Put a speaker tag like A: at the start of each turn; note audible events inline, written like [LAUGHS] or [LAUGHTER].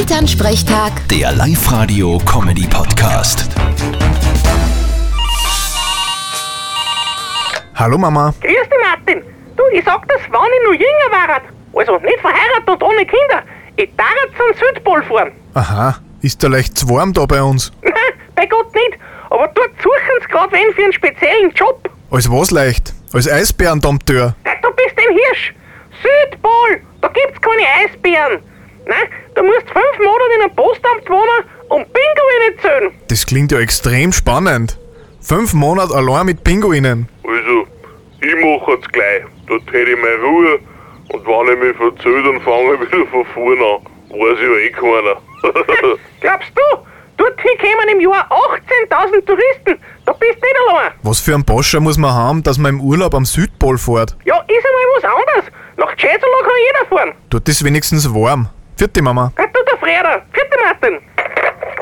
A: Elternsprechtag,
B: Der Live-Radio-Comedy-Podcast.
C: Hallo Mama.
D: Grüß dich, Martin. Du, ich sag das, wenn ich noch jünger war, also nicht verheiratet und ohne Kinder, ich darf zum Südpol fahren. [LAUGHS]
C: Aha, ist da leicht zu warm da bei uns?
D: Nein, bei Gott nicht. Aber dort suchen sie gerade wen für einen speziellen Job.
C: Als was leicht? Als Eisbärendompteur.
D: Du bist ein Hirsch. Südpol, da gibt's keine Eisbären. Nein, du musst fünf Monate in einem Postamt wohnen und Pinguine zählen.
C: Das klingt ja extrem spannend. Fünf Monate allein mit Pinguinen.
E: Also, ich mache jetzt gleich. Dort hätte ich meine Ruhe. Und wenn ich mich verzähle, dann fange [LAUGHS] ich wieder von vorne an. Weiß ja eh keiner. [LAUGHS]
D: Glaubst du, dorthin kämen im Jahr 18.000 Touristen. Da bist nicht allein.
C: Was für ein Boscher muss man haben, dass man im Urlaub am Südpol fährt?
D: Ja, ist einmal was anderes. Nach Cesolo kann jeder fahren.
C: Dort ist wenigstens warm. Vierte Mama.
D: Gott, du der Freder. Vierte Martin.